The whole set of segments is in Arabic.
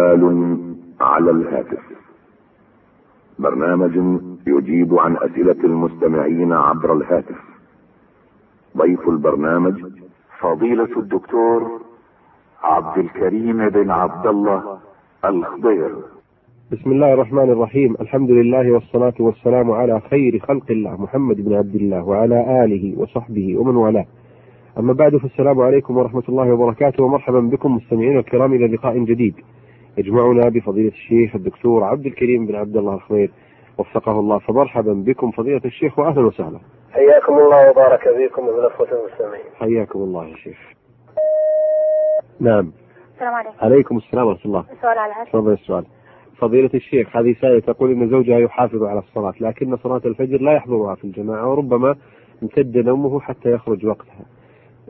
سؤال على الهاتف برنامج يجيب عن اسئلة المستمعين عبر الهاتف ضيف البرنامج فضيلة الدكتور عبد الكريم بن عبد الله الخضير بسم الله الرحمن الرحيم الحمد لله والصلاة والسلام على خير خلق الله محمد بن عبد الله وعلى آله وصحبه ومن والاه أما بعد فالسلام عليكم ورحمة الله وبركاته ومرحبا بكم مستمعين الكرام إلى لقاء جديد يجمعنا بفضيلة الشيخ الدكتور عبد الكريم بن عبد الله الخضير وفقه الله فمرحبا بكم فضيلة الشيخ وأهلا وسهلا حياكم الله وبارك فيكم وبين الاخوة المستمعين. حياكم الله يا شيخ نعم السلام عليكم عليكم السلام ورحمة الله سؤال على الهاتف تفضل السؤال فضيلة الشيخ هذه سائلة تقول إن زوجها يحافظ على الصلاة لكن صلاة الفجر لا يحضرها في الجماعة وربما امتد نومه حتى يخرج وقتها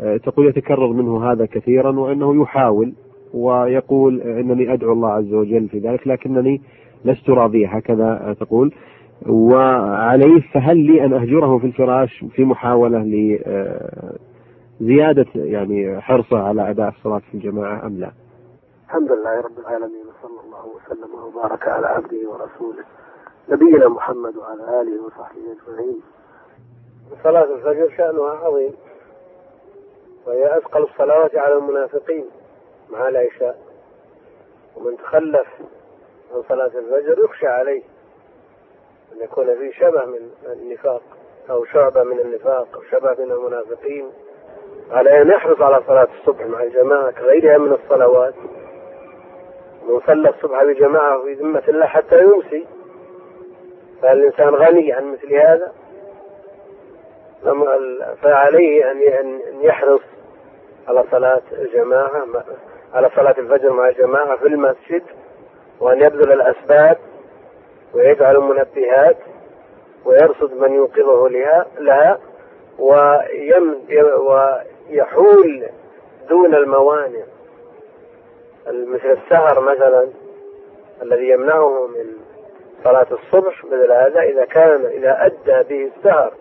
آه، تقول يتكرر منه هذا كثيرا وأنه يحاول ويقول آه، إنني أدعو الله عز وجل في ذلك لكنني لست راضية هكذا آه، تقول وعليه فهل لي أن أهجره في الفراش في محاولة لزيادة يعني حرصه على أداء الصلاة في الجماعة أم لا الحمد لله رب العالمين وصلى الله وسلم وبارك على عبده ورسوله نبينا محمد وعلى اله وصحبه اجمعين. صلاة الفجر شأنها عظيم وهي أثقل الصلوات على المنافقين مع العشاء ومن تخلف عن صلاة الفجر يخشى عليه أن يكون فيه شبه من النفاق أو شعبة من النفاق أو شبه من المنافقين على أن يحرص على صلاة الصبح مع الجماعة كغيرها من الصلوات من صلى الصبح بجماعة في ذمة الله حتى يمسي فالإنسان غني عن مثل هذا فم- فعليه أن أن يحرص على صلاة الجماعة مع- على صلاة الفجر مع الجماعة في المسجد وأن يبذل الأسباب ويجعل المنبهات ويرصد من يوقظه لها لها ويم ويحول دون الموانع مثل السهر مثلا الذي يمنعه من صلاة الصبح مثل هذا إذا كان إذا أدى به السهر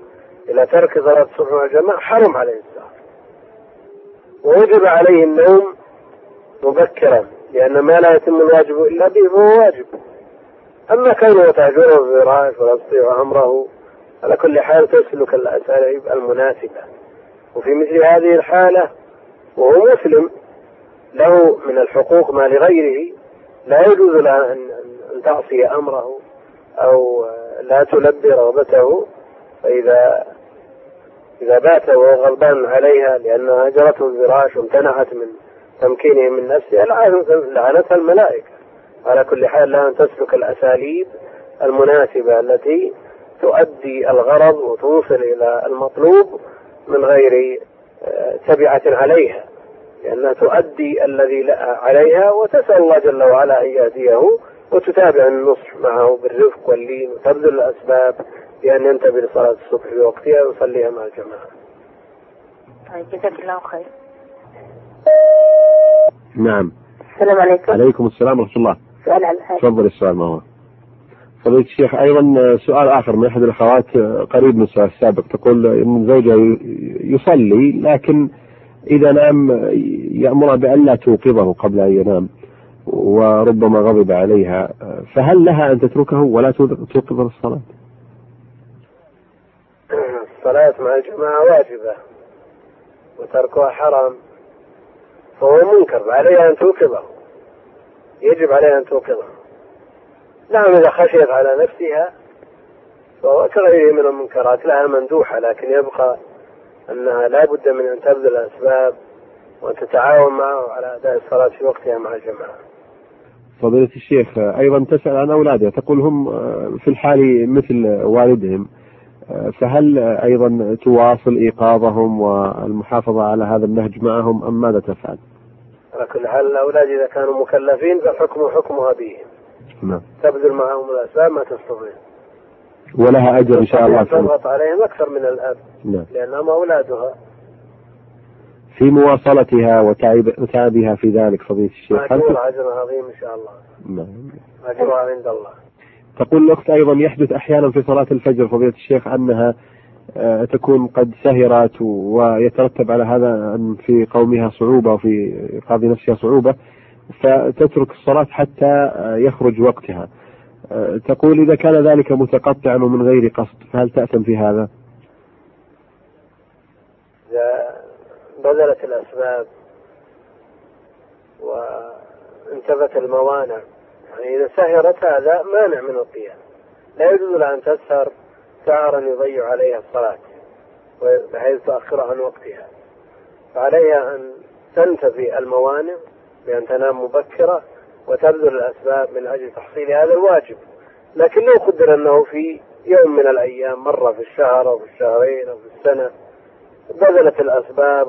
إلى ترك صلاة الصبح مع الجماعة حرم عليه السهر ووجب عليه النوم مبكرا لأن ما لا يتم الواجب إلا به فهو واجب أما كونه تهجره في الفراش ولا يستطيع أمره على كل حال تسلك الأساليب المناسبة وفي مثل هذه الحالة وهو مسلم له من الحقوق ما لغيره لا يجوز له أن أن تعصي أمره أو لا تلبي رغبته فإذا إذا بات وهو غضبان عليها لأنها هجرته الفراش وامتنعت من تمكينه من نفسها لعن- لعنتها الملائكة على كل حال لها أن تسلك الأساليب المناسبة التي تؤدي الغرض وتوصل إلى المطلوب من غير آه، تبعة عليها لأنها تؤدي الذي لها عليها وتسأل الله جل وعلا أن يهديه وتتابع النصح معه بالرفق واللين وتبذل الأسباب بأن ينتبه لصلاة الصبح في وقتها ويصليها مع الجماعة طيب جزاك الله خير نعم السلام عليكم عليكم السلام ورحمة الله سؤال على الهاتف تفضل السؤال ما هو فضيلة الشيخ أيضا سؤال آخر من أحد الأخوات قريب من السؤال السابق تقول إن زوجها يصلي لكن إذا نام يأمرها بأن لا توقظه قبل أن ينام وربما غضب عليها فهل لها أن تتركه ولا توقظ الصلاة الصلاة مع الجماعة واجبة وتركها حرام فهو منكر عليها أن توقظه يجب عليها أن توقظه نعم إذا خشيت على نفسها فهو كغيره من المنكرات لها مندوحة لكن يبقى أنها لا بد من أن تبذل الأسباب وأن تتعاون معه على أداء الصلاة في وقتها مع الجماعة فضيلة الشيخ أيضا تسأل عن أولادها تقول هم آه، في الحال مثل والدهم آه، فهل أيضا تواصل إيقاظهم والمحافظة على هذا النهج معهم أم ماذا تفعل؟ على كل حال الأولاد إذا كانوا مكلفين فالحكم حكم أبيهم نعم تبذل معهم الأسباب ما تستطيع ولها أجر إن شاء الله تعالى. تضغط عليهم أكثر من الأب نعم لأنهم أولادها في مواصلتها وتعب وتعبها في ذلك فضيلة الشيخ هل مأجور تت- أجر عظيم إن شاء الله نعم. أجرها عند الله تقول الأخت أيضا يحدث أحيانا في صلاة الفجر فضيلة الشيخ أنها آه، تكون قد سهرت و- ويترتب على هذا أن في قومها صعوبة وفي إيقاظ نفسها صعوبة فتترك الصلاة حتى آه، يخرج وقتها آه، تقول إذا كان ذلك متقطعا ومن غير قصد فهل تأثم في هذا؟ إذا بذلت الأسباب وانتفت الموانع يعني إذا سهرت هذا مانع من القيام لا يجوز لها أن تسهر سهرا يضيع عليها الصلاة بحيث تؤخرها عن وقتها فعليها أن تنتفي الموانع بأن تنام مبكرة وتبذل الأسباب من أجل تحصيل هذا الواجب لكن لو قدر أنه في يوم من الأيام مرة في الشهر أو في الشهرين أو في السنة بذلت الأسباب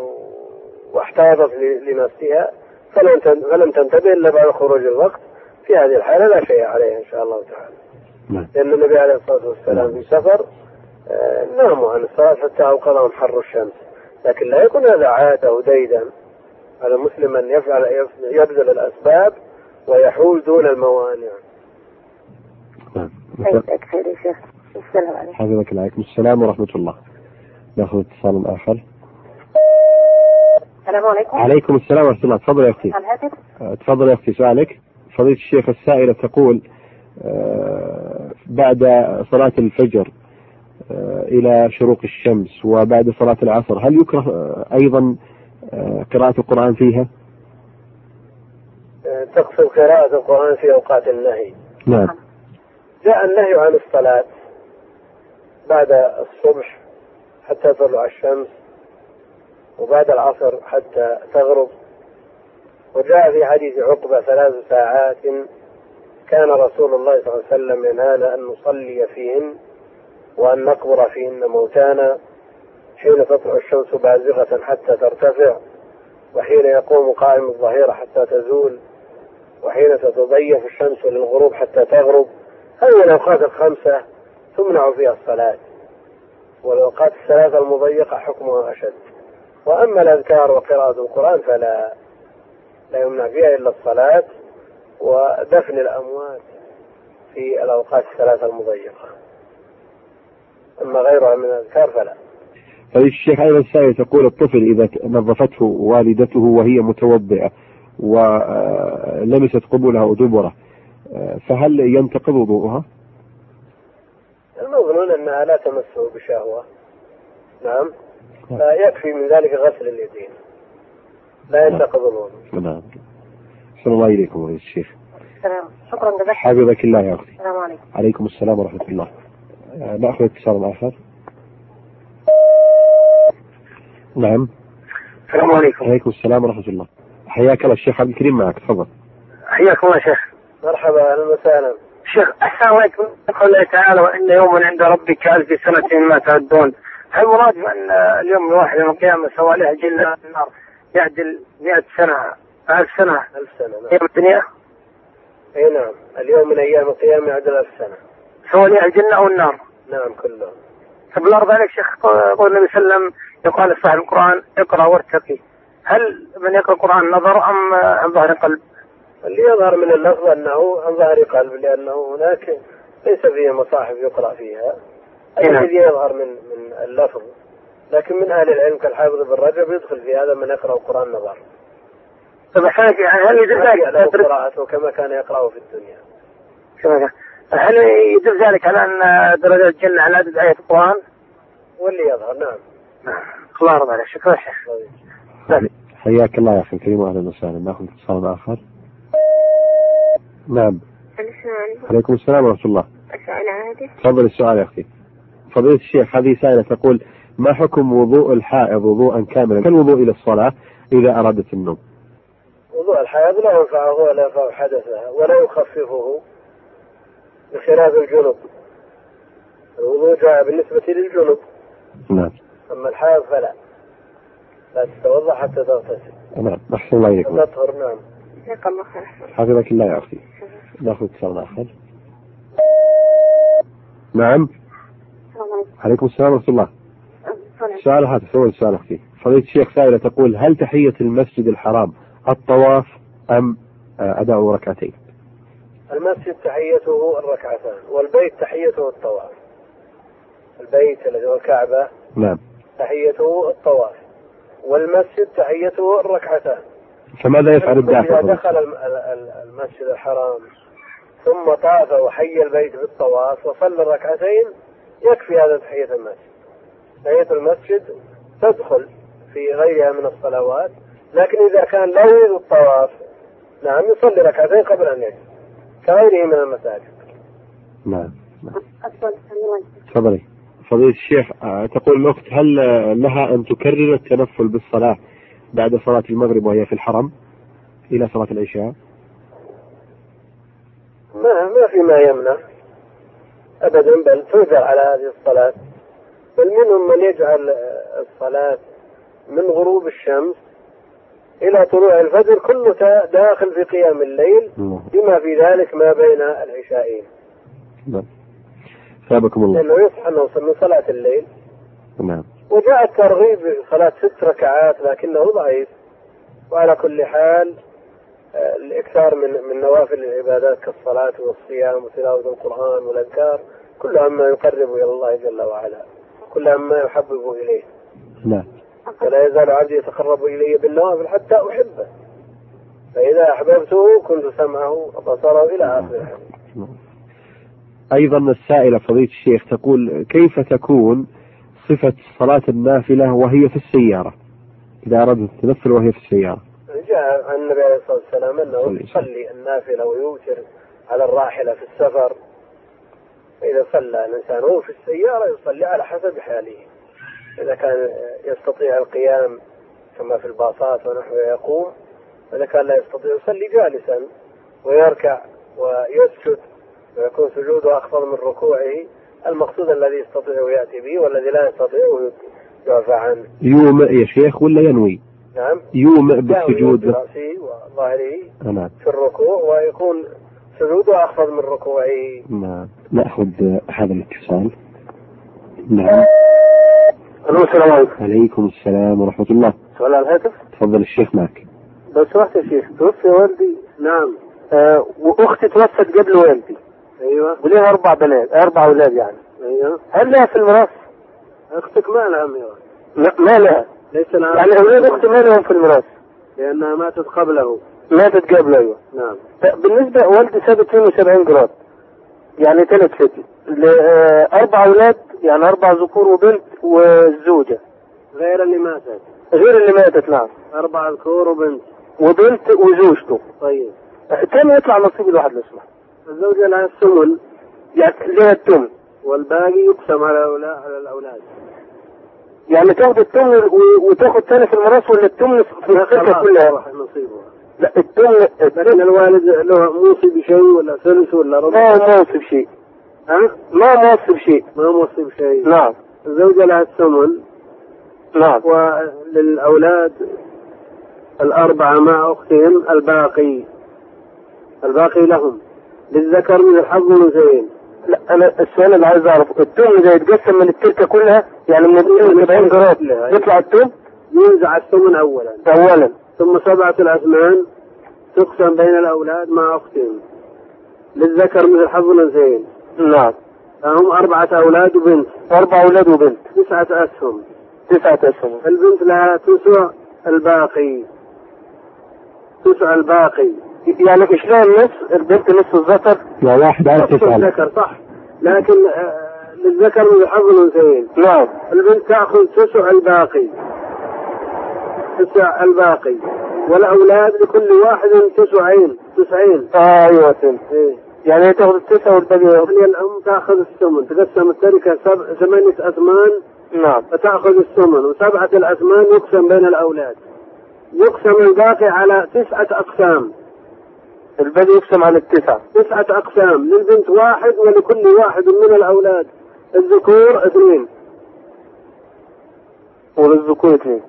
واحتاطت لنفسها فلم فلم تنتبه إلا بعد خروج الوقت في هذه الحالة لا شيء عليها إن شاء الله تعالى نعم. لأن النبي عليه الصلاة والسلام في سفر آه، ناموا عن الصلاة حتى أوقظهم حر الشمس لكن لا يكون هذا عادة وديدا على المسلم أن يفعل يبذل الأسباب ويحول دون الموانع نعم. جزاك طيب، خير يا شيخ السلام عليكم حفظك الله عليكم السلام ورحمة الله ناخذ اتصال آخر السلام عليكم عليكم السلام ورحمة الله تفضل يا أختي على الهاتف آه، تفضل يا اختي سؤالك فضيلة الشيخ السائلة تقول آه، بعد صلاة الفجر آه، إلى شروق الشمس وبعد صلاة العصر هل يكره آه، أيضا آه، قراءة القرآن فيها؟ آه، تقصد قراءة القرآن في أوقات النهي نعم جاء النهي عن الصلاة بعد الصبح حتى تطلع الشمس وبعد العصر حتى تغرب وجاء في حديث عقبة ثلاث ساعات كان رسول الله صلى الله عليه وسلم ينهانا أن نصلي فيهن وأن نقبر فيهن موتانا حين تطلع الشمس بازغة حتى ترتفع وحين يقوم قائم الظهيرة حتى تزول وحين تتضيف الشمس للغروب حتى تغرب هذه الأوقات الخمسة تمنع فيها الصلاة والأوقات الثلاثة المضيقة حكمها أشد وأما الأذكار وقراءة القرآن فلا لا يمنع فيها إلا الصلاة ودفن الأموات في الأوقات الثلاثة المضيقة أما غيرها من الأذكار فلا فضيلة الشيخ أيضا السائلة تقول الطفل إذا نظفته والدته وهي متوضئة ولمست قبلها ودبره آه، فهل ينتقض وضوءها؟ المظنون أنها لا تمسه بشهوة نعم فيكفي من ذلك غسل اليدين لا ينتقض الوضوء نعم أحسن الله إليكم فضيلة الشيخ السلام شكرا جزاك خير. حفظك الله يا أختي السلام عليكم عليكم السلام ورحمة الله آه، نأخذ اتصال آخر نعم السلام عليكم عليكم السلام ورحمة الله حياك الله الشيخ عبد الكريم معك تفضل حياك الله شيخ مرحبا اهلا وسهلا شيخ احسن الله يكرمك يقول الله تعالى وان يوما عند ربك كالف سنه مما تعدون هل مراد بان اليوم الواحد يوم القيامه سوى له جل النار يعدل 100 سنه 1000 سنه ألف سنة نعم ايام الدنيا أي نعم اليوم من أيام القيامة يعدل ألف سنة سوى له الجنه والنار نعم كلهم فبالارض عليك شيخ قول النبي صلى الله عليه وسلم يقال لصاحب القران اقرا وارتقي هل من يقرا القران نظر ام عن ظهر قلب؟ اللي يظهر من اللفظ أنه عن ظهر قلب لأنه هناك ليس فيه مصاحف يقرأ فيها أي نعم. الذي يظهر من من اللفظ لكن من أهل العلم كالحافظ بن رجب يدخل في هذا من يقرأ القرآن نظر طب احسن لك، يعني هل يجوز يجب له ذلك؟ قراءته كما كان يقرأه في الدنيا شبكة. هل يدل ذلك على ان درجات الجنه على عدد ايات القران؟ واللي يظهر نعم الله يرضى عليك، شكرا شيخ. نعم. حياك الله يا أخي الكريم وأهلا وسهلا نأخذ اتصال آخر نعم السلام عليكم عليكم السلام ورحمة الله على الهاتف تفضل السؤال يا أختي فضيلة الشيخ هذه سائلة تقول ما حكم وضوء الحائض وضوءا كاملا كالوضوء إلى الصلاة إذا أرادت النوم وضوء الحيض لا ينفعه ولا ينفع حدثها ولا يخففه بخلاف الجنب الوضوء جاء بالنسبة للجنب نعم أما الحائض فلا لا تتوضأ حتى تغتسل نعم أحسن الله إليكم تطهر نعم جزاك الله خير حفظك الله يا أختي ناخذ اتصال آخر نعم السلام عليكم عليكم السلام ورحمة الله السلام. سؤال هذا سؤال سؤال أختي فضيلة الشيخ سائلة تقول هل تحية المسجد الحرام الطواف أم آه، أداء ركعتين المسجد تحيته الركعتان والبيت تحيته الطواف البيت الذي هو الكعبة نعم تحيته الطواف والمسجد تحيته الركعتان فماذا يفعل الدافع؟ إذا دخل الم- ال- ال- المسجد الحرام ثم طاف وحي البيت بالطواف وصلى الركعتين يكفي هذا تحية المسجد. تحية المسجد تدخل في غيرها من الصلوات لكن إذا كان لا يريد الطواف نعم يصلي ركعتين قبل أن يجلس كغيره من المساجد. نعم نعم. أفضل الله يجزيك. تفضلي فضيلة الشيخ آه، تقول الأخت هل آه، لها أن تكرر التنفل بالصلاة بعد صلاة المغرب وهي في الحرم إلى صلاة العشاء؟ ما ما في ما يمنع ابدا بل تؤجر على هذه الصلاه بل منهم من يجعل آه، الصلاه من غروب الشمس الى طلوع الفجر كله تا- داخل في قيام الليل بما في ذلك ما بين العشاءين نعم ثابكم الله لانه يصحى انه من صلاه الليل نعم وجاء الترغيب في صلاه ست ركعات لكنه ضعيف وعلى كل حال آه، الاكثار من من نوافل العبادات كالصلاه والصيام وتلاوه القران والاذكار كلها ما يقرب الى الله جل وعلا كلها ما يحبب اليه نعم ولا يزال عبدي يتقرب الي بالنوافل حتى احبه فاذا احببته كنت سمعه وبصره الى اخره أيضا السائلة فضيلة الشيخ تقول كيف تكون صفة صلاة النافلة وهي في السيارة إذا أردت التنفل وهي في السيارة جاء عن النبي عليه الصلاه والسلام انه صلي. يصلي النافله ويوتر على الراحله في السفر فاذا صلى الانسان وهو في السياره يصلي على حسب حاله اذا كان يستطيع القيام كما في الباصات ونحوه يقوم واذا كان لا يستطيع يصلي جالسا ويركع ويسجد ويكون سجوده اخفض من ركوعه المقصود الذي يستطيع ياتي به والذي لا يستطيع يعفى عنه يومئ يا شيخ ولا ينوي نعم يومئ يسجد بالسجود براسه وظهره نعم في الركوع ويكون سجوده اخفض من ركوعه نعم نأخذ هذا الاتصال نعم الو السلام عليكم عليكم السلام ورحمة الله سؤال على الهاتف تفضل الشيخ معك لو سمحت يا شيخ توفي والدي نعم آه واختي توفت قبل والدي ايوه وليها اربع بنات اربع اولاد يعني ايوه هل لها في الميراث؟ اختك ما لها ميراث لا ما لها ليس لها يعني اولاد اختي ما لهم في الميراث لانها ماتت قبله ماتت قبل ايوه نعم ط- بالنسبه والدي ساب 72 جرام يعني ثلاث فتي ل- آه، اربع اولاد يعني اربع ذكور وبنت والزوجه غير اللي ماتت غير اللي ماتت نعم اربع ذكور وبنت وبنت وزوجته طيب آه، كم يطلع نصيب الواحد لو سمحت؟ الزوجه لها الثمن يعني ليها التمن والباقي يقسم على الأولا- على الاولاد يعني تاخد التمن و- وتاخد ثلث الميراث ولا التمن في الشركه كلها؟ راح نصيبها لا التمن لكن التمن الوالد له موصي بشيء ولا ثلث ولا ما ربع هو موصي بشيء ها؟ ما هو موصي بشيء ما موصي بشيء نعم الزوجة لها الثمن نعم وللأولاد الأربعة مع أختهم الباقي الباقي لهم للذكر من الحظ الأنثيين لا انا السؤال اللي عايز اعرفه التوم اذا يتقسم من التركه كلها يعني من التوم من 70 التركة جرام كلها، أيوة. يطلع التوم ينزع الثمن أولا اولا ثم سبعة الأثمان تقسم بين الأولاد مع أختهم للذكر مثل حظ الأنثيين نعم فهم أربعة أولاد وبنت اربع اولاد وبنت تسعة أسهم تسعه اسهم البنت لها تسع الباقي تسع الباقي يعني مش لها النصف البنت نصف الذكر يا واحد على تسأل الذكر صح لكن آه، للذكر من حظ الانثيين نعم البنت تاخذ تسع الباقي تسع الباقي والاولاد لكل واحد تسعين تسعين ايوه تم إيه. يعني هي تاخد التسعه والباقي ياخد- يعني الام تاخذ الثمن تقسم التركه سب... ثمانيه اثمان نعم فتاخذ الثمن وسبعه الاثمان يقسم بين الاولاد يقسم الباقي على تسعه اقسام الباقي يقسم على التسعه تسعة أقسام للبنت واحد ولكل واحد من الأولاد الذكور اثنين وللذكور اثنين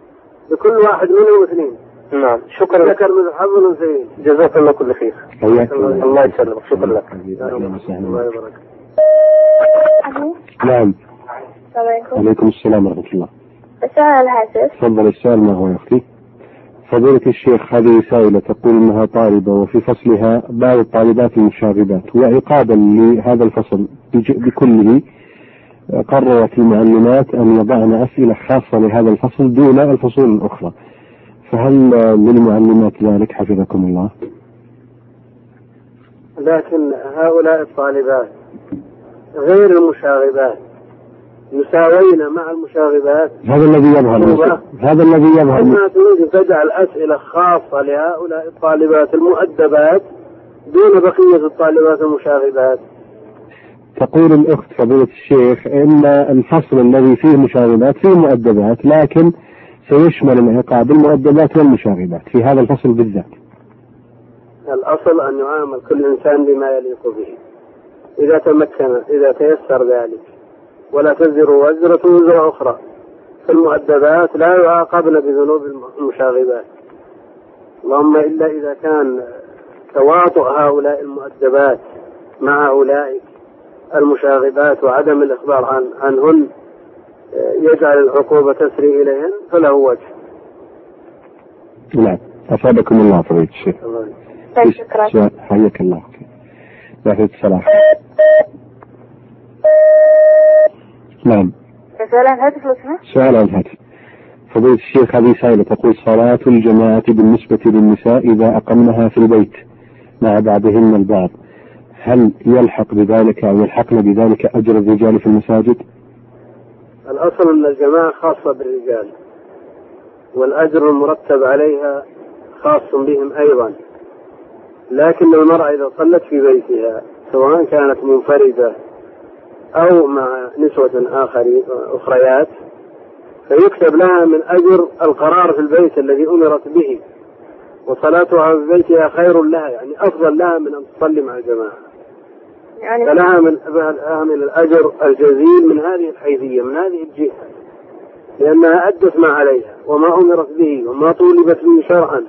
لكل واحد منهم اثنين نعم شكرا لك ذكر مثل حظ الأنثيين جزاك الله كل خير حياك الله يسلمك شكرا لك أهلا الله وسهلا. يبارك ألو نعم السلام عليكم عليكم السلام ورحمة الله السلام على الهاتف تفضل السؤال ما هو يا اختي؟ فضيلة الشيخ هذه سائلة تقول انها طالبة وفي فصلها بعض الطالبات المشاغبات وعقابا لهذا الفصل بج- بكله قررت المعلمات ان يضعن اسئلة خاصة لهذا الفصل دون الفصول الاخرى فهل للمعلمات ذلك حفظكم الله؟ لكن هؤلاء الطالبات غير المشاغبات يساوين مع المشاغبات هذا الذي يظهر هذا الذي يظهر أما تريد أن تجعل أسئلة خاصة لهؤلاء الطالبات المؤدبات دون بقية الطالبات المشاغبات تقول الأخت فضيلة الشيخ إن الفصل الذي فيه مشاغبات فيه مؤدبات لكن سيشمل العقاب المؤدبات والمشاغبات في هذا الفصل بالذات الأصل أن يعامل كل إنسان بما يليق به إذا تمكن إذا تيسر ذلك ولا تزر وزرة وزر أخرى فالمؤدبات لا يعاقبن بذنوب المشاغبات اللهم إلا إذا كان تواطؤ هؤلاء المؤدبات مع أولئك المشاغبات وعدم الإخبار عن عنهن آه، يجعل العقوبة تسري إليهن فله وجه نعم أصابكم الله فضيلة الشيخ طيب، شكرا حياك الله يعطيك الصلاح نعم رسالة عن الهاتف لو سمحت سؤال عن هذا فضيلة الشيخ هذه سائلة تقول صلاة الجماعة بالنسبة للنساء إذا أقمنها في البيت مع بعضهن البعض هل يلحق بذلك أو يلحقن بذلك أجر الرجال في المساجد؟ الأصل أن الجماعة خاصة بالرجال والأجر المرتب عليها خاص بهم أيضا لكن المرأة إذا صلت في بيتها سواء كانت منفردة أو مع نسوة آخرين أخريات فيكتب لها من أجر القرار في البيت الذي أمرت به وصلاتها في بيتها خير لها يعني أفضل لها من أن تصلي مع الجماعة يعني فلها من لها من الأجر الجزيل من هذه الحيثية من هذه الجهة لأنها أدت ما عليها وما أمرت به وما طولبت به شرعا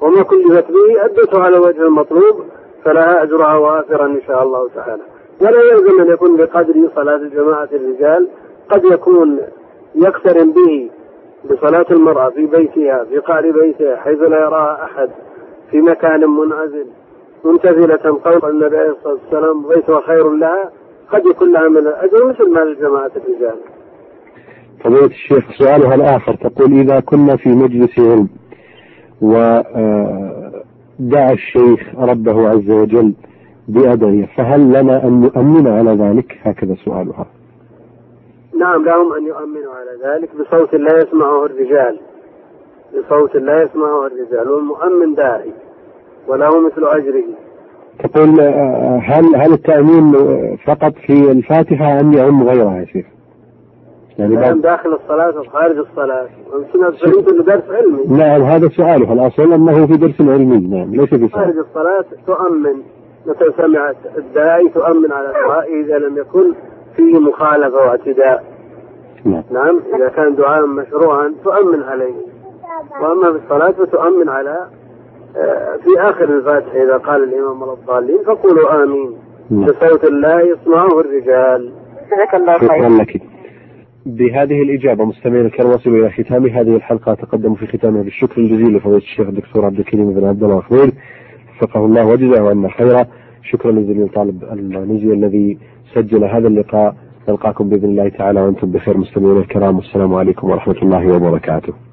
وما كلفت به أدته على وجه المطلوب فلها أجرها وافرا إن شاء الله تعالى ولا يلزم أن يكون بقدر صلاة جماعة الرجال قد يكون يقترن به بصلاة المرأة في بيتها في قعر بيتها حيث لا يراها أحد في مكان منعزل ممتثلة قول النبي عليه الصلاة والسلام بيتها خير لها قد يكون لها من الأجر مثل ما لجماعة الرجال فضيلة الشيخ سؤالها الآخر تقول إذا كنا في مجلس علم ودعا آه، الشيخ ربه عز وجل بأدعية فهل لنا أن نؤمن على ذلك هكذا سؤالها نعم لهم أن يؤمنوا على ذلك بصوت لا يسمعه الرجال بصوت لا يسمعه الرجال والمؤمن داعي وله مثل أجره تقول آه، هل هل التأمين فقط في الفاتحة أم يعم غيرها يا شيخ؟ يعني كلام بعد داخل الصلاة وخارج الصلاة ومسنا فهمت أنه درس علمي نعم هذا سؤاله الأصل أنه في درس علمي نعم ليس في خارج سؤال الصلاة تؤمن متى سمعت الداعي تؤمن على دعائه إذا لم يكن فيه مخالفة واعتداء نعم نعم إذا كان دعاء مشروعا تؤمن عليه وأما في الصلاة فتؤمن على آه، في آخر الفاتحة إذا قال الإمام ولا الضالين فقولوا آمين نعم. بصوت لا يسمعه الرجال جزاك الله خير شكرا لك بهذه الإجابة مستمعينا الكرام وصلوا إلى ختام هذه الحلقة تقدم في ختامها بالشكر الجزيل لفضيلة الشيخ الدكتور عبد الكريم بن عبد الله الخضير وفقه الله وجزاه عنا خيرا شكرا لزميل طالب المغنيزي الذي سجل هذا اللقاء نلقاكم بإذن الله تعالى وأنتم بخير مستمعينا الكرام والسلام عليكم ورحمة الله وبركاته